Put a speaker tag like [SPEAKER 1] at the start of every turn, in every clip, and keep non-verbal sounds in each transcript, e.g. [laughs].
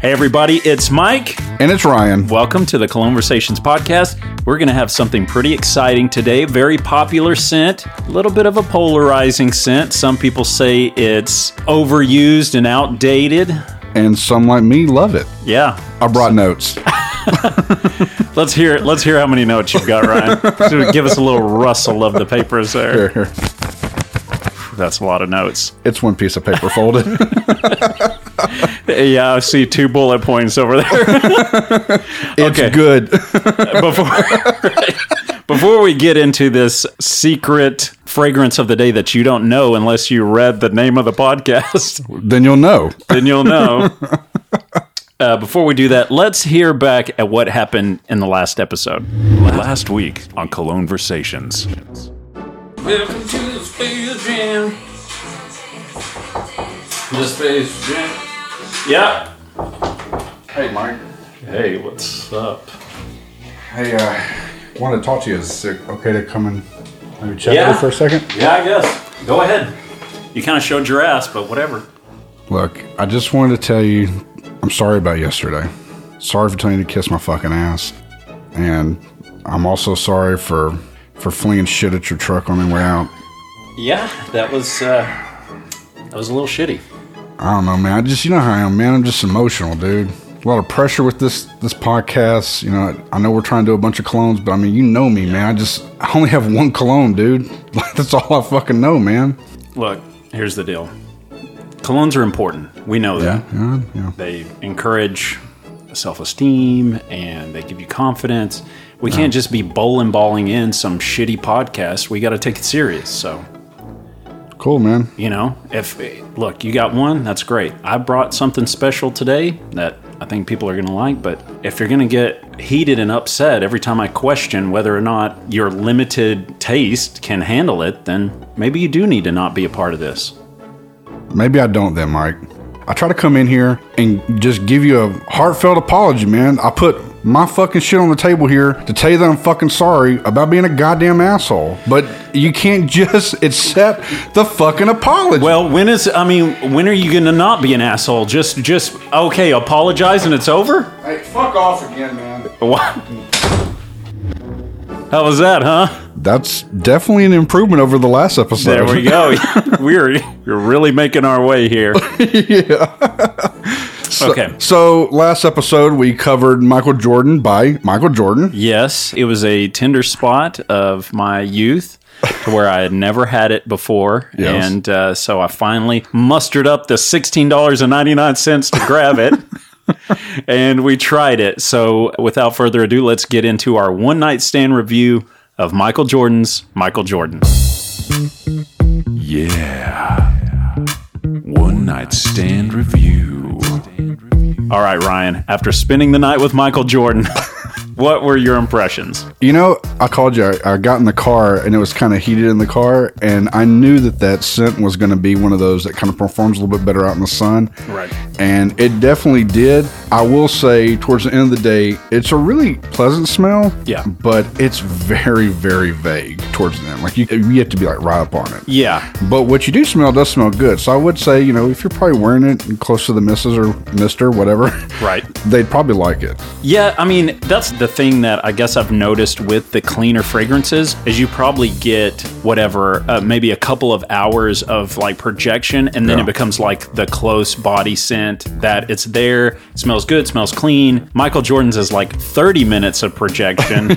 [SPEAKER 1] Hey, everybody, it's Mike.
[SPEAKER 2] And it's Ryan.
[SPEAKER 1] Welcome to the Conversations Podcast. We're going to have something pretty exciting today. Very popular scent, a little bit of a polarizing scent. Some people say it's overused and outdated.
[SPEAKER 2] And some like me love it.
[SPEAKER 1] Yeah.
[SPEAKER 2] I brought notes.
[SPEAKER 1] Let's hear let's hear how many notes you've got, Ryan. So give us a little rustle of the papers there. That's a lot of notes.
[SPEAKER 2] It's one piece of paper folded. [laughs]
[SPEAKER 1] Yeah, I see two bullet points over there.
[SPEAKER 2] It's
[SPEAKER 1] Okay. [laughs]
[SPEAKER 2] good.
[SPEAKER 1] before before we get into this secret fragrance of the day that you don't know unless you read the name of the podcast, [laughs]
[SPEAKER 2] then you'll know.
[SPEAKER 1] then you'll [laughs] know. Uh, before we do that, let's hear back at what happened in the last episode. Last week on Cologne Versations.
[SPEAKER 3] Welcome to the Space Jam. The Space Jam.
[SPEAKER 1] Yeah.
[SPEAKER 2] Hey, Mike.
[SPEAKER 1] Hey, what's up?
[SPEAKER 2] Hey, I uh, want to talk to you. Is it okay to come and maybe chat
[SPEAKER 1] Yeah.
[SPEAKER 2] with you for a second?
[SPEAKER 1] Yeah, I guess. Go ahead. You kind of showed your ass, but whatever.
[SPEAKER 2] Look, I just wanted to tell you I'm sorry about yesterday. Sorry for telling you to kiss my fucking ass. And I'm also sorry for for flinging shit at your truck on the way out.
[SPEAKER 1] Yeah, that was uh, that was a little shitty.
[SPEAKER 2] I don't know, man. I just you know how I am, man. I'm just emotional, dude. A lot of pressure with this this podcast. You know, I know we're trying to do a bunch of colognes, but I mean, you know me, man. I just I only have one cologne, dude. [laughs] Like that's all I fucking know, man.
[SPEAKER 1] Look, here's the deal. Colognes are important. We know that.
[SPEAKER 2] yeah, yeah.
[SPEAKER 1] They encourage self-esteem and they give you confidence. We can't just be bowling balling in some shitty podcast. We got to take it serious. So,
[SPEAKER 2] Cool, man.
[SPEAKER 1] you know, if look, you got one, that's great. I brought something special today that I think people are going to like, but if you're going to get heated and upset every time I question whether or not your limited taste can handle it, then maybe you do need to not be a part of this.
[SPEAKER 2] Maybe I don't then, Mike. I try to come in here and just give you a heartfelt apology, man. I put my fucking shit on the table here to tell you that I'm fucking sorry about being a goddamn asshole. But you can't [laughs] just accept the fucking apology.
[SPEAKER 1] Well, when is I mean, when are you going to not be an asshole? Just just okay, apologize and it's over?
[SPEAKER 2] hey, fuck off again, man.
[SPEAKER 1] What? How was that, huh?
[SPEAKER 2] That's definitely an improvement over the last episode.
[SPEAKER 1] There
[SPEAKER 2] [laughs]
[SPEAKER 1] we go. [laughs] We're you're really making our way here. okay.
[SPEAKER 2] So last episode we covered Michael Jordan by Michael Jordan.
[SPEAKER 1] Yes, it was a tender spot of my youth to where I had never had it before.
[SPEAKER 2] [laughs] Yes.
[SPEAKER 1] And uh, so I finally mustered up the $16.99 to grab
[SPEAKER 2] [laughs]
[SPEAKER 1] it. and we tried it. So without further ado, let's get into our one night stand review of Michael Jordan's Michael Jordan.
[SPEAKER 4] One night stand review.
[SPEAKER 1] All right, Ryan, after spending the night with Michael Jordan, [laughs] what were your impressions?
[SPEAKER 2] You know, I called you. I, I got in the car and it was kind of heated in the car, and I knew that that scent was going to be one of those that kind of performs a little bit better out in the sun.
[SPEAKER 1] Right.
[SPEAKER 2] And it definitely did. I will say, towards the end of the day, it's a really pleasant smell.
[SPEAKER 1] Yeah.
[SPEAKER 2] But it's very, very vague towards the end. Like you, you have to be like right up on it.
[SPEAKER 1] Yeah.
[SPEAKER 2] But what you do smell does smell good. So I would say, you know, if you're probably wearing it close to the missus or mister, whatever, [laughs]
[SPEAKER 1] Right.
[SPEAKER 2] they'd probably like it. [laughs]
[SPEAKER 1] Yeah, I mean, that's the thing that I guess I've noticed with the cleaner fragrances is you probably get whatever, uh, maybe a couple of hours of like projection, and then
[SPEAKER 2] Yeah.
[SPEAKER 1] it becomes like the close body scent that it's there, smells good, smells clean. Michael Jordan's is like 30 minutes of projection.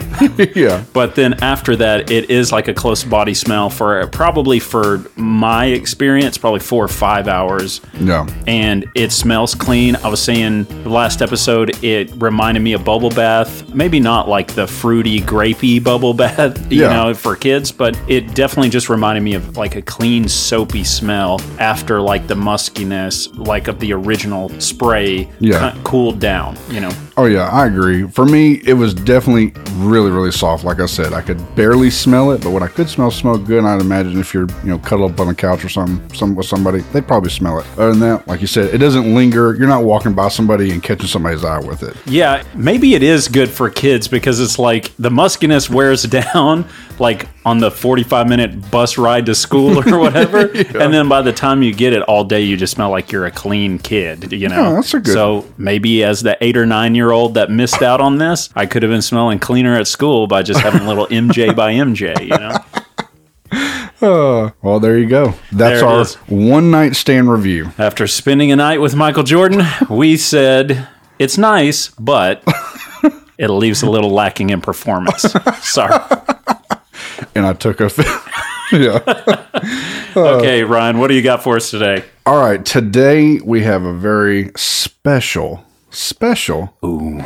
[SPEAKER 2] yeah.
[SPEAKER 1] But then after that, it is like a close body smell for probably for my experience, probably four or five hours.
[SPEAKER 2] Yeah.
[SPEAKER 1] And it smells clean. I was saying the last episode, it reminded me of bubble bath. Maybe not like the fruity, grapey bubble [laughs] bath, you
[SPEAKER 2] Yeah.
[SPEAKER 1] know, for kids, but it definitely just reminded me of like a clean, soapy smell after like the muskiness, like of the original spray
[SPEAKER 2] Yeah.
[SPEAKER 1] co- cooled down, you know.
[SPEAKER 2] Oh, yeah, I agree. For me, it was definitely really, really soft. Like I said, I could barely smell it, but what I could smell smelled good. And I'd imagine if you're, you know, cuddled up on a couch or something some, with somebody, they'd probably smell it. Other than that, like you said, it doesn't linger. You're not walking by somebody and catching somebody's eye with it.
[SPEAKER 1] Yeah, maybe it is good for for kids because it's like the muskiness wears [laughs] down like on the 45 minute bus ride to school
[SPEAKER 2] [laughs]
[SPEAKER 1] or whatever and then by the time you get it all day you just smell like you're a clean kid you know
[SPEAKER 2] Yeah, that's a good-
[SPEAKER 1] so maybe as the eight or nine year old that missed out on this i could have been smelling cleaner at school by just having a
[SPEAKER 2] [laughs]
[SPEAKER 1] little mj by mj you know
[SPEAKER 2] Well, there you go. That's
[SPEAKER 1] There it
[SPEAKER 2] our
[SPEAKER 1] is.
[SPEAKER 2] one night stand review.
[SPEAKER 1] after spending a night with michael jordan we said it's nice
[SPEAKER 2] [laughs]
[SPEAKER 1] but it leaves a little lacking in performance sorry
[SPEAKER 2] And I took a. [laughs] yeah.
[SPEAKER 1] Okay, Ryan, what do you got for us today?
[SPEAKER 2] All right. Today we have a very special, special. Ooh.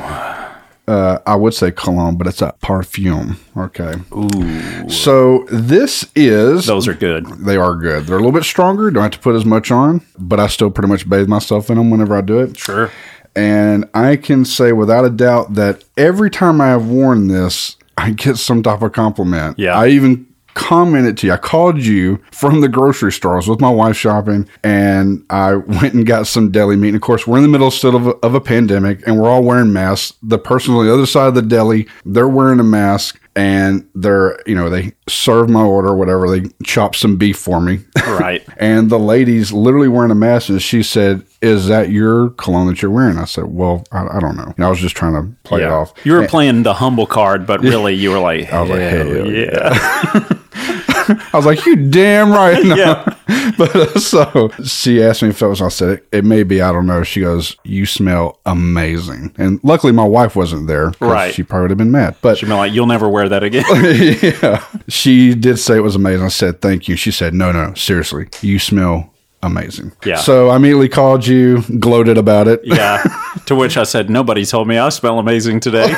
[SPEAKER 2] Uh, I would say cologne, but it's a perfume. Okay. Ooh. So this is.
[SPEAKER 1] Those are good.
[SPEAKER 2] They are good. They're a little bit stronger. Don't have to put as much on, but I still pretty much bathe myself in them whenever I do it.
[SPEAKER 1] Sure.
[SPEAKER 2] And I can say without a doubt that every time I have worn this, I get some type of compliment.
[SPEAKER 1] Yeah.
[SPEAKER 2] I even commented to you. I called you from the grocery store. I was with my wife shopping and I [laughs] went and got some deli meat. And of course, we're in the middle still of a, of a pandemic and we're all wearing masks. The person on the other side of the deli, they're wearing a mask and they're, you know, they serve my order, whatever. They chop some beef for me. [laughs]
[SPEAKER 1] Right.
[SPEAKER 2] And the lady's literally wearing a mask, and she said, "Is that your cologne that you're wearing?" I said, "Well, I, I don't know." And I was just trying to play it
[SPEAKER 1] Yeah.
[SPEAKER 2] off.
[SPEAKER 1] You were playing the humble card, but really you were like,
[SPEAKER 2] was like,
[SPEAKER 1] "Hell
[SPEAKER 2] hell
[SPEAKER 1] yeah.
[SPEAKER 2] I was like, "You
[SPEAKER 1] [laughs]
[SPEAKER 2] damn right." No.
[SPEAKER 1] Yeah.
[SPEAKER 2] [laughs] But uh, so she asked me if it was. I said, it, "It may be. I don't know." She goes, "You smell amazing." And luckily, my wife wasn't there. 'cause
[SPEAKER 1] Right.
[SPEAKER 2] She probably would have been mad. But
[SPEAKER 1] You're like, you'll never wear that again.
[SPEAKER 2] [laughs] yeah, she did say it was amazing. I said, "Thank you." She said, "No, no, seriously, you smell." Amazing.
[SPEAKER 1] Yeah.
[SPEAKER 2] So I immediately called you, gloated about it.
[SPEAKER 1] yeah. To which I said, nobody told me I smell amazing today.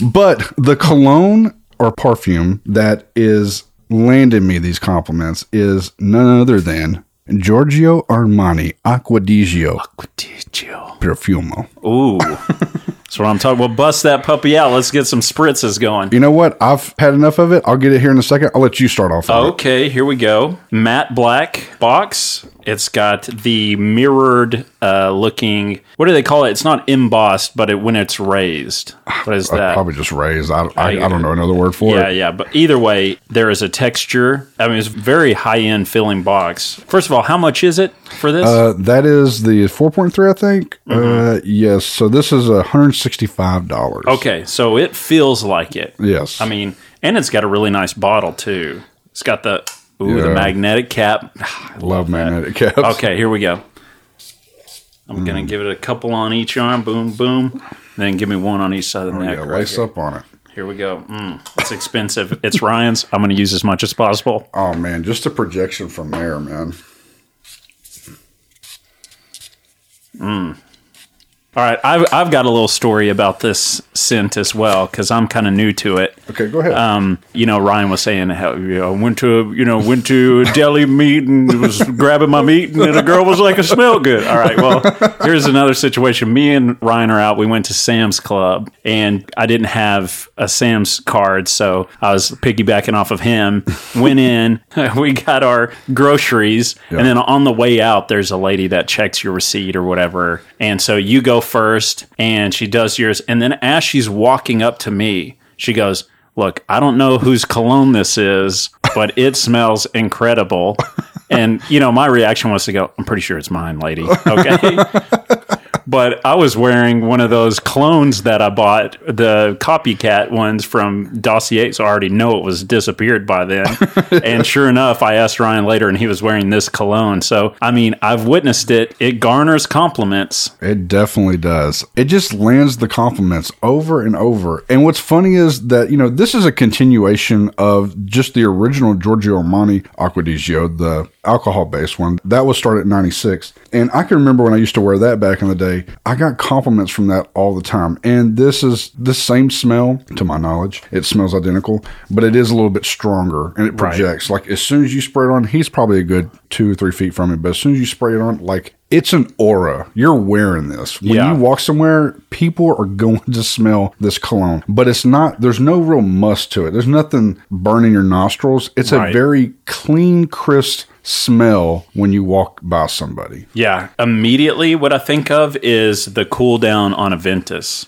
[SPEAKER 2] But the cologne or perfume that is landing me these compliments is none other than Giorgio Armani Acqua di Gio Perfumo.
[SPEAKER 1] Ooh. That's what I'm talking. Well, bust that puppy out. Let's get some spritzes going.
[SPEAKER 2] You know what? I've had enough of it. I'll get it here in a second. I'll let you start off. with it.
[SPEAKER 1] Okay, here we go. Matte black box. It's got the mirrored uh, looking. What do they call it? It's not embossed, but it, when it's raised. What is
[SPEAKER 2] I
[SPEAKER 1] that?
[SPEAKER 2] probably just raised. I, I,
[SPEAKER 1] I-
[SPEAKER 2] I don't know another word for
[SPEAKER 1] Yeah,
[SPEAKER 2] it.
[SPEAKER 1] yeah. But either way, there is a texture. I mean, it's a very high end filling box. First of all, how much is it for this?
[SPEAKER 2] Uh, that is the 4.3, I think. Uh, yes. So this is $165.
[SPEAKER 1] Mm-hmm. okay, so it feels like it.
[SPEAKER 2] Yes.
[SPEAKER 1] I mean, and it's got a really nice bottle too. It's got the ooh the
[SPEAKER 2] Yeah.
[SPEAKER 1] magnetic cap.
[SPEAKER 2] love magnetic caps.
[SPEAKER 1] Okay, here we go. I'm gonna give it a couple on each arm. Boom, boom. Then give me one on each side of the neck.
[SPEAKER 2] Oh, Yeah,
[SPEAKER 1] right
[SPEAKER 2] lace
[SPEAKER 1] here.
[SPEAKER 2] up on it.
[SPEAKER 1] Here we go. Mm, it's expensive. it's Ryan's. I'm gonna use as much as possible.
[SPEAKER 2] Oh, man. Just a projection from there, man.
[SPEAKER 1] All right, I've, I've got a little story about this scent as well because I'm kind of new to it.
[SPEAKER 2] Okay, go ahead.
[SPEAKER 1] Um, you know, Ryan was saying how you know went to a, you know went to a deli meet and was grabbing my meat, and then a girl was like, "It smell good." All right, well, here's another situation. Me and Ryan are out. We went to Sam's Club, and I didn't have a Sam's card, so I was piggybacking off of him. Went in, [laughs] we got our groceries, and then on the way out, there's a lady that checks your receipt or whatever, and so you go first, and she does yours, and then as she's walking up to me, she goes look, I don't know whose cologne this is, but it smells incredible. And, you know, my reaction was to go, I'm pretty sure it's mine, lady. Okay. but I was wearing one of those clones that I bought, the copycat ones from Dossier. So I already know it was disappeared by then. and sure enough, I asked Ryan later and he was wearing this cologne. So, I mean, I've witnessed it. It garners compliments.
[SPEAKER 2] It definitely does. It just lands the compliments over and over. And what's funny is that, you know, this is a continuation of just the original Giorgio Armani Acqua di Gio, the alcohol based one. That was started in 96. And I can remember when I used to wear that back in the day, I got compliments from that all the time. And this is the same smell, to my knowledge. It smells identical, but it is a little bit stronger and it projects. Like as soon as you spray it on, he's probably a good two or three feet from me. But as soon as you spray it on, like it's an aura. You're wearing this. When
[SPEAKER 1] Yeah.
[SPEAKER 2] you walk somewhere, people are [laughs] going to smell this cologne. But it's not there's no real must to it. There's nothing burning your nostrils. It's
[SPEAKER 1] Right.
[SPEAKER 2] a very clean, crisp smell when you walk by somebody.
[SPEAKER 1] Yeah. Immediately, what I think of is the cool down on Aventus.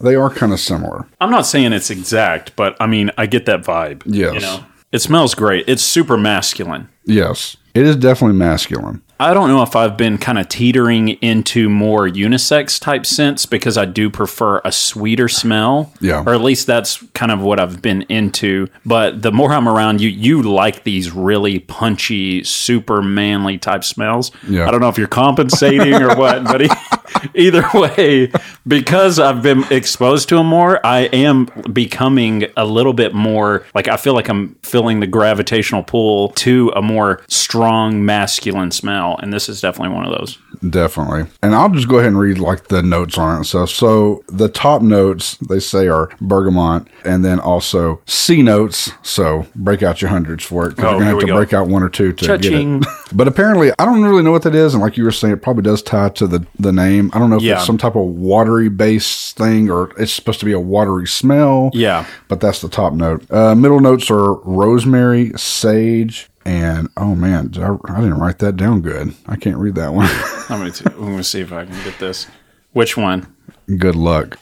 [SPEAKER 2] They are kind of similar.
[SPEAKER 1] I'm not saying it's exact, but I mean, I get that vibe.
[SPEAKER 2] Yes.
[SPEAKER 1] You know, it smells great. It's super masculine.
[SPEAKER 2] Yes. It is definitely masculine.
[SPEAKER 1] I don't know if I've been kind of teetering into more unisex type scents because I do prefer a sweeter smell.
[SPEAKER 2] Yeah.
[SPEAKER 1] Or at least that's kind of what I've been into. But the more I'm around you, you like these really punchy, super manly type smells.
[SPEAKER 2] Yeah.
[SPEAKER 1] I don't know if you're compensating or what, but e- [laughs] either way, because I've been exposed to them more, I am becoming a little bit more like I feel like I'm feeling the gravitational pull to a more strong masculine smell. And this is definitely one of those.
[SPEAKER 2] Definitely. And I'll just go ahead and read like the notes on it and stuff. So the top notes they say are bergamot and then also C notes. So break out your hundreds for it because
[SPEAKER 1] Oh,
[SPEAKER 2] you're going to
[SPEAKER 1] here
[SPEAKER 2] have
[SPEAKER 1] we
[SPEAKER 2] to
[SPEAKER 1] go.
[SPEAKER 2] break out one or two to get
[SPEAKER 1] Cha-ching.
[SPEAKER 2] it. But apparently, I don't really know what that is. And like you were saying, it probably does tie to the, the name. I don't know if
[SPEAKER 1] Yeah.
[SPEAKER 2] it's some type of watery based thing or it's supposed to be a watery smell.
[SPEAKER 1] Yeah.
[SPEAKER 2] But that's the top note. Uh, middle notes are rosemary, sage, and oh man, did I, I didn't write that down good. I can't read that one. [laughs]
[SPEAKER 1] I'm going to see if I can get this. Which one?
[SPEAKER 2] Good luck.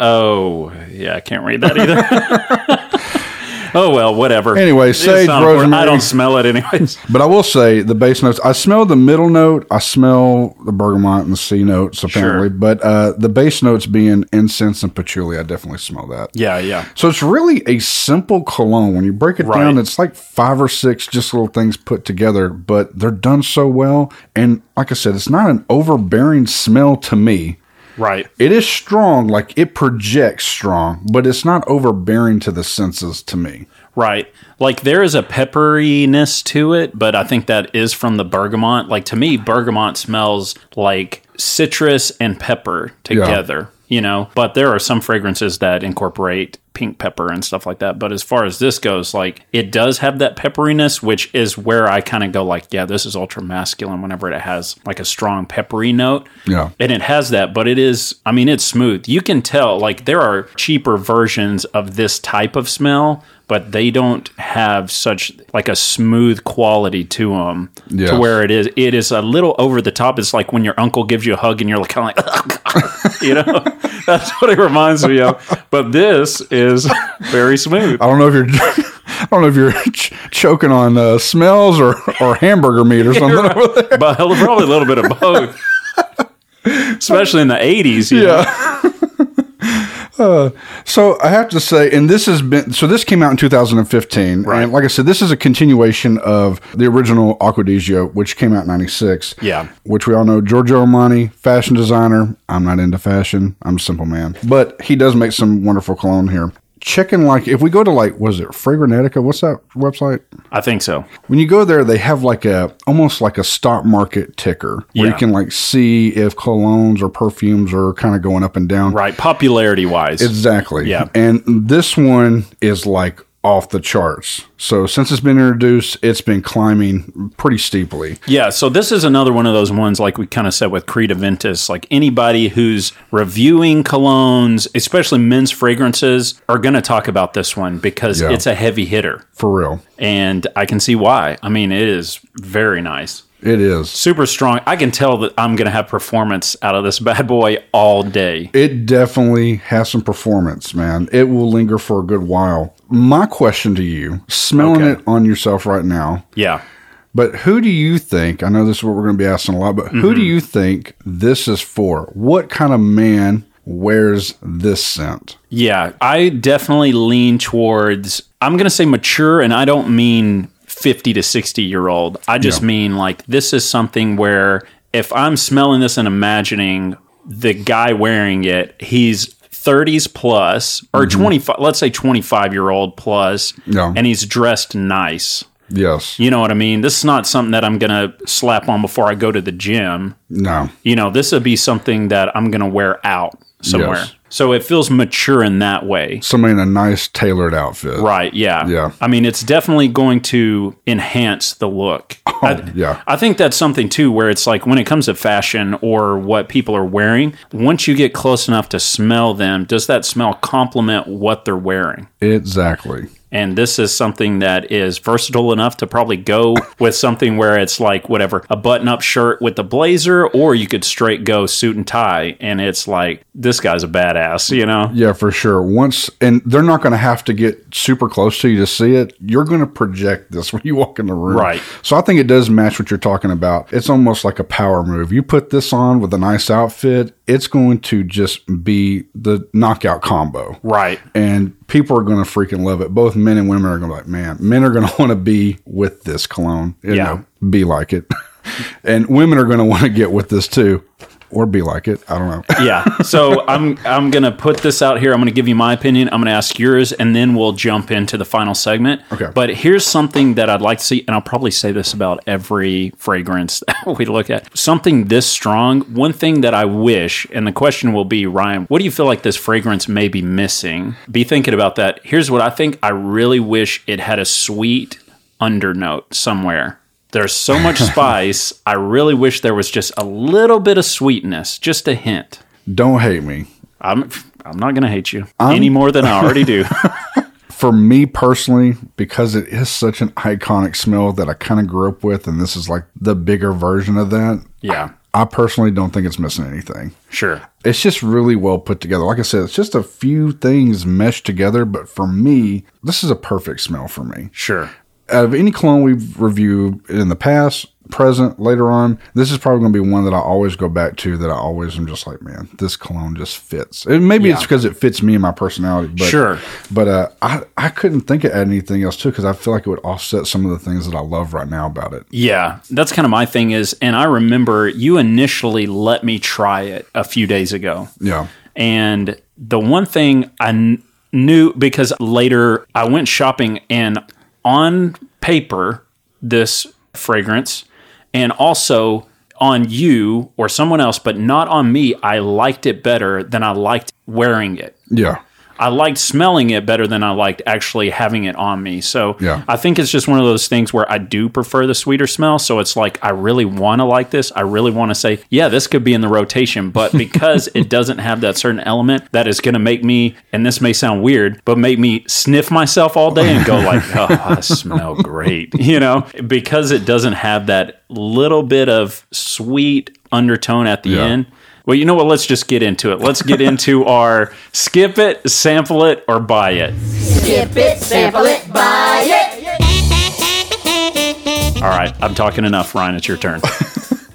[SPEAKER 1] Oh, yeah, I can't read that either. [laughs] oh, well, whatever.
[SPEAKER 2] Anyway,
[SPEAKER 1] It's
[SPEAKER 2] sage,
[SPEAKER 1] not important. I
[SPEAKER 2] rosemary.
[SPEAKER 1] don't smell it, anyways.
[SPEAKER 2] But I will say the bass notes. I smell the middle note. I smell the bergamot and the C notes apparently.
[SPEAKER 1] Sure.
[SPEAKER 2] But uh, the bass notes being incense and patchouli, I definitely smell that.
[SPEAKER 1] [laughs] Yeah, yeah.
[SPEAKER 2] So it's really a simple cologne. When you break it
[SPEAKER 1] Right.
[SPEAKER 2] down, it's like five or six just little things put together, but they're done so well. And like I said, it's not an overbearing smell to me.
[SPEAKER 1] Right.
[SPEAKER 2] It is strong, like it projects strong, but it's not overbearing to the senses to me.
[SPEAKER 1] Right. Like there is a pepperiness to it, but I think that is from the bergamot. Like to me, bergamot smells like citrus and pepper together, you know, but there are some fragrances that incorporate pink pepper and stuff like that. But as far as this goes, like it does have that pepperiness, which is where I kind of go like, yeah, this is ultra masculine whenever it has like a strong peppery note.
[SPEAKER 2] Yeah.
[SPEAKER 1] And it has that, but it is, I mean, it's smooth. You can tell, like, there are cheaper versions of this type of smell, but they don't have such, like, a smooth quality to them
[SPEAKER 2] Yes.
[SPEAKER 1] to where it is. It is a little over the top. It's like when your uncle gives you a hug and you're like, kind of like, [laughs] you know, that's what it reminds me of. But this is [laughs] very smooth.
[SPEAKER 2] I don't know if you're. [laughs] I don't know if you're [laughs] ch- choking on uh, smells or, or hamburger meat or something. over there.
[SPEAKER 1] But probably a little bit of both. Especially in the 80s. You know?
[SPEAKER 2] So I have to say, and this has been so. This came out in 2015,
[SPEAKER 1] Right.
[SPEAKER 2] and like I said, this is a continuation of the original Aquadisio, which came out in '96.
[SPEAKER 1] Yeah.
[SPEAKER 2] which we all know. Giorgio Armani, fashion designer. I'm not into fashion. I'm a simple man, but he does make some wonderful cologne here. Chicken, like if we go to like, was it Fragrantica? What's that website?
[SPEAKER 1] I think so.
[SPEAKER 2] when you go there, they have like a almost like a stock market ticker where you
[SPEAKER 1] Yeah.
[SPEAKER 2] can like see if colognes or perfumes are kind of going up and down.
[SPEAKER 1] Right. Popularity wise.
[SPEAKER 2] Exactly.
[SPEAKER 1] Yeah.
[SPEAKER 2] And this one is like off the charts. So since it's been introduced, it's been climbing pretty steeply.
[SPEAKER 1] Yeah, so this is another one of those ones, like we kind of said with Creed Aventus. Like anybody who's reviewing colognes, especially men's fragrances, are going to talk about this one because
[SPEAKER 2] Yeah.
[SPEAKER 1] it's a heavy hitter.
[SPEAKER 2] For real.
[SPEAKER 1] And I can see why. I mean, it is very nice,
[SPEAKER 2] It is.
[SPEAKER 1] super strong. I can tell that I'm going to have performance out of this bad boy all day.
[SPEAKER 2] It definitely has some performance, man. It will linger for a good while. My question to you, smelling
[SPEAKER 1] Okay.
[SPEAKER 2] it on yourself right now,
[SPEAKER 1] Yeah.
[SPEAKER 2] But who do you think? I know this is what we're going to be asking a lot, but who
[SPEAKER 1] Mm-hmm.
[SPEAKER 2] do you think this is for? What kind of man wears this scent?
[SPEAKER 1] Yeah, I definitely lean towards, I'm going to say mature, and I don't mean 50 to 60 year old. I just mean like this is something where if I'm smelling this and imagining the guy wearing it, he's 30s plus or 25, let's say 25 year old plus,
[SPEAKER 2] Mm-hmm. Yeah.
[SPEAKER 1] and he's dressed nice.
[SPEAKER 2] Yes.
[SPEAKER 1] You know what I mean? This is not something that I'm going to slap on before I go to the gym
[SPEAKER 2] No.
[SPEAKER 1] you know, this would be something that I'm going to wear out somewhere.
[SPEAKER 2] Yes.
[SPEAKER 1] So it feels mature in that way.
[SPEAKER 2] Somebody in a nice tailored outfit.
[SPEAKER 1] Right. Yeah.
[SPEAKER 2] Yeah.
[SPEAKER 1] I mean, it's definitely going to enhance the
[SPEAKER 2] [laughs]
[SPEAKER 1] look. I,
[SPEAKER 2] Oh, yeah.
[SPEAKER 1] I think that's something too, where it's like when it comes to fashion or what people are wearing, once you get close enough to smell them, does that smell complement what they're wearing?
[SPEAKER 2] Exactly.
[SPEAKER 1] And this is something that is versatile enough to probably go [laughs] with something where it's like whatever, a button up shirt with a blazer, or you could straight go suit and tie. And it's like, this guy's a badass, you know?
[SPEAKER 2] Yeah, for sure. Once, and they're not going to have to get super close to you to see it. You're going to project this [laughs] when you walk in the room.
[SPEAKER 1] Right.
[SPEAKER 2] So I think it does match what you're talking about. It's almost like a power move. You put this on with a nice outfit, it's going to just be the knockout combo.
[SPEAKER 1] Right.
[SPEAKER 2] And people are going to freaking love it. Both men and women are going to be like, man, men are going [laughs] to want to be with this cologne. You
[SPEAKER 1] Yeah.
[SPEAKER 2] know, be like it. [laughs] and women are going to want to get with this too. Or be like it. I don't know. [laughs]
[SPEAKER 1] yeah. So I'm I'm gonna put this out here. I'm gonna give you my opinion. I'm gonna ask yours, and then we'll jump into the final segment.
[SPEAKER 2] Okay.
[SPEAKER 1] But here's something that I'd like to see, and I'll probably say this about every fragrance [laughs] that we look at. Something this strong. One thing that I wish, and the question will be, Ryan, what do you feel like this fragrance may be missing? Be thinking about that. Here's what I think. I really wish it had a sweet undernote somewhere. There's so much spice. I really wish there was just a little bit of sweetness, just a hint.
[SPEAKER 2] don't hate me.
[SPEAKER 1] I'm I'm not gonna hate you any more than I already [laughs] do.
[SPEAKER 2] for me personally, because it is such an iconic smell that I kind of grew up with, and this is like the bigger version of that.
[SPEAKER 1] yeah,
[SPEAKER 2] I personally don't think it's missing anything.
[SPEAKER 1] sure.
[SPEAKER 2] It's just really well put together. Like I said, it's just a few things meshed together, but for me, this is a perfect smell for me.
[SPEAKER 1] Sure.
[SPEAKER 2] Out of any clone we've reviewed in the past, present, later on, this is probably going to be one that I always go back to that I always am just like, man, this cologne just fits. And maybe it's because it fits me and my personality, but
[SPEAKER 1] Sure.
[SPEAKER 2] but uh, I I couldn't think of anything else too because I feel like it would offset some of the things that I love right now about it.
[SPEAKER 1] Yeah. That's kind of my thing is and I remember you initially let me try it a few days ago.
[SPEAKER 2] Yeah,
[SPEAKER 1] And the one thing I kn- knew because later I went shopping and on paper, this fragrance, and also on you or someone else, but not on me, I liked it better than I liked wearing it.
[SPEAKER 2] yeah,
[SPEAKER 1] I liked smelling it better than I liked actually having it on me. So
[SPEAKER 2] Yeah.
[SPEAKER 1] I think it's just one of those things where I do prefer the sweeter smell. So it's like I really want to like this. I really want to say, yeah, this could be in the rotation, but because it doesn't have that certain element that is going to make me, and this may sound weird, but make me sniff myself all day and go like, oh, I smell great, [laughs] you know, because it doesn't have that little bit of sweet undertone at the
[SPEAKER 2] Yeah.
[SPEAKER 1] end. Well, you know what? Let's just get into it. Let's get into our skip it, sample it, or buy it.
[SPEAKER 5] Skip it, sample it, buy it.
[SPEAKER 1] All right, I'm talking enough, Ryan. It's your turn. [laughs]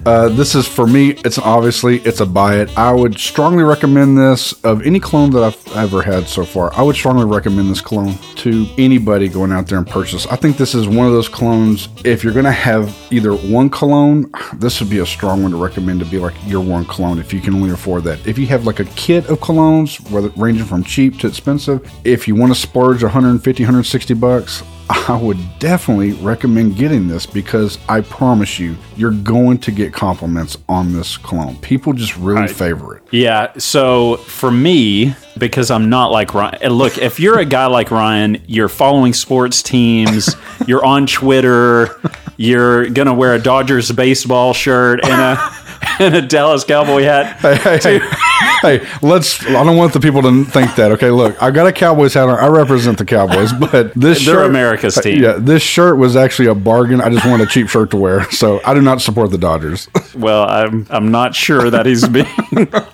[SPEAKER 2] Uh, this is for me. It's obviously it's a buy it. I would strongly recommend this of any cologne that I've ever had so far. I would strongly recommend this cologne to anybody going out there and purchase. I think this is one of those colognes. If you're gonna have either one cologne, this would be a strong one to recommend to be like your one cologne if you can only afford that. If you have like a kit of colognes, whether ranging from cheap to expensive, if you want to splurge 150, 160 bucks, I would definitely recommend getting this because I promise you, you're going to get compliments on this cologne. People just really favor it.
[SPEAKER 1] yeah. So for me, because I'm not like Ryan. and Look, if you're a guy like Ryan, you're following sports teams. You're on Twitter. You're gonna wear a Dodgers baseball shirt and a [laughs] and a Dallas Cowboy hat.
[SPEAKER 2] Hey, hey, [laughs] hey, let's. I don't want the people to think that. Okay, look, I've got a Cowboys hat on. I represent the Cowboys, but this
[SPEAKER 1] They're
[SPEAKER 2] shirt- uh,
[SPEAKER 1] America's team.
[SPEAKER 2] Yeah, this shirt was actually a bargain. I just wanted a cheap shirt to wear, so I do not support the Dodgers.
[SPEAKER 1] Well, I'm I'm not sure that he's being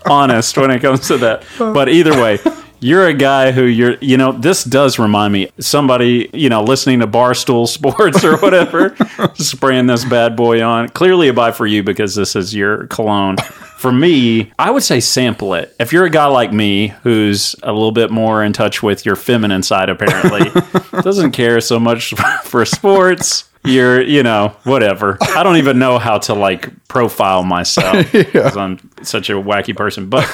[SPEAKER 1] honest when it comes to that. But either way, you're a guy who you're you know, this does remind me somebody, you know, listening to Barstool Sports or whatever, spraying this bad boy on. Clearly a buy for you because this is your cologne. For me, I would say sample it. If you're a guy like me who's a little bit more in touch with your feminine side apparently, doesn't care so much [laughs] for sports you're you know whatever i don't even know how to like profile
[SPEAKER 2] [laughs]
[SPEAKER 1] myself because i'm such a wacky person but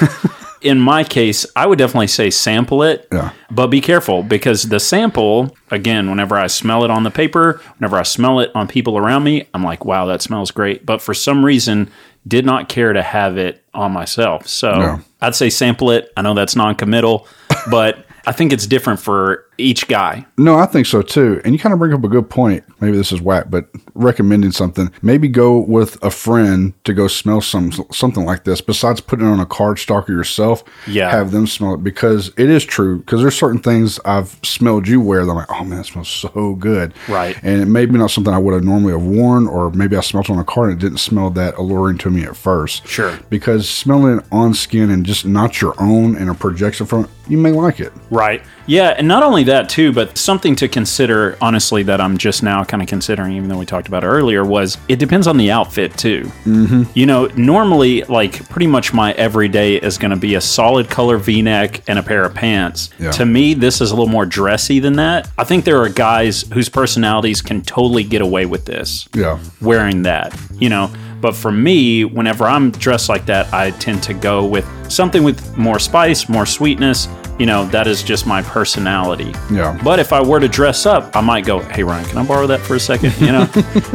[SPEAKER 1] in my case i would definitely say sample it
[SPEAKER 2] Yeah.
[SPEAKER 1] but be careful because the sample again whenever i smell it on the paper whenever i smell it on people around me i'm like wow that smells great but for some reason did not care to have it on myself so
[SPEAKER 2] Yeah.
[SPEAKER 1] I'd say sample it. I know that's non-committal, but I think it's different for each guy.
[SPEAKER 2] No, I think so too. And you kind of bring up a good point. Maybe this is whack, but recommending something. Maybe go with a friend to go smell some something like this. Besides putting it on a card stalker yourself,
[SPEAKER 1] Yeah.
[SPEAKER 2] have them smell it because it is true. Because there's certain things I've smelled you wear that I'm like, oh man, that smells so good,
[SPEAKER 1] Right.
[SPEAKER 2] And it maybe not something I would have normally have worn, or maybe I smelled it on a card and it didn't smell that alluring to me at first.
[SPEAKER 1] Sure.
[SPEAKER 2] because smelling it on skin and just not your own and a projection from it, you may like it.
[SPEAKER 1] Right. Yeah, and not only that too, but something to consider honestly that I'm just now kind of considering, even though we talked about it earlier, was it depends on the outfit too. Mm-hmm. You know, normally like pretty much my everyday is going to be a solid color V-neck and a pair of pants.
[SPEAKER 2] Yeah.
[SPEAKER 1] To me, this is a little more dressy than that. I think there are guys whose personalities can totally get away with this
[SPEAKER 2] Yeah.
[SPEAKER 1] wearing that, you know. But for me, whenever I'm dressed like that, I tend to go with something with more spice, more sweetness. You know, that is just my personality.
[SPEAKER 2] Yeah.
[SPEAKER 1] But if I were to dress up, I might go, hey, Ryan, can I borrow that for a second? You know,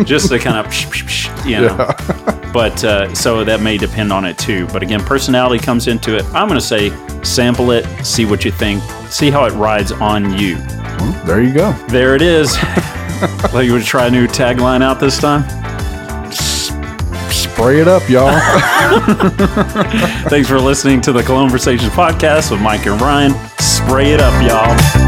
[SPEAKER 1] just to kind of, psh, psh, psh, you know. [laughs] But uh, so that may depend on it too. But again, personality comes into it. I'm going to say sample it, see what you think, see how it rides on you.
[SPEAKER 2] Well, there you go.
[SPEAKER 1] There it is. [laughs] Thought you would try a new tagline out this time.
[SPEAKER 2] Spray it up, y'all.
[SPEAKER 1] Thanks for listening to the Cologne Conversations podcast with Mike and Ryan. Spray it up, y'all.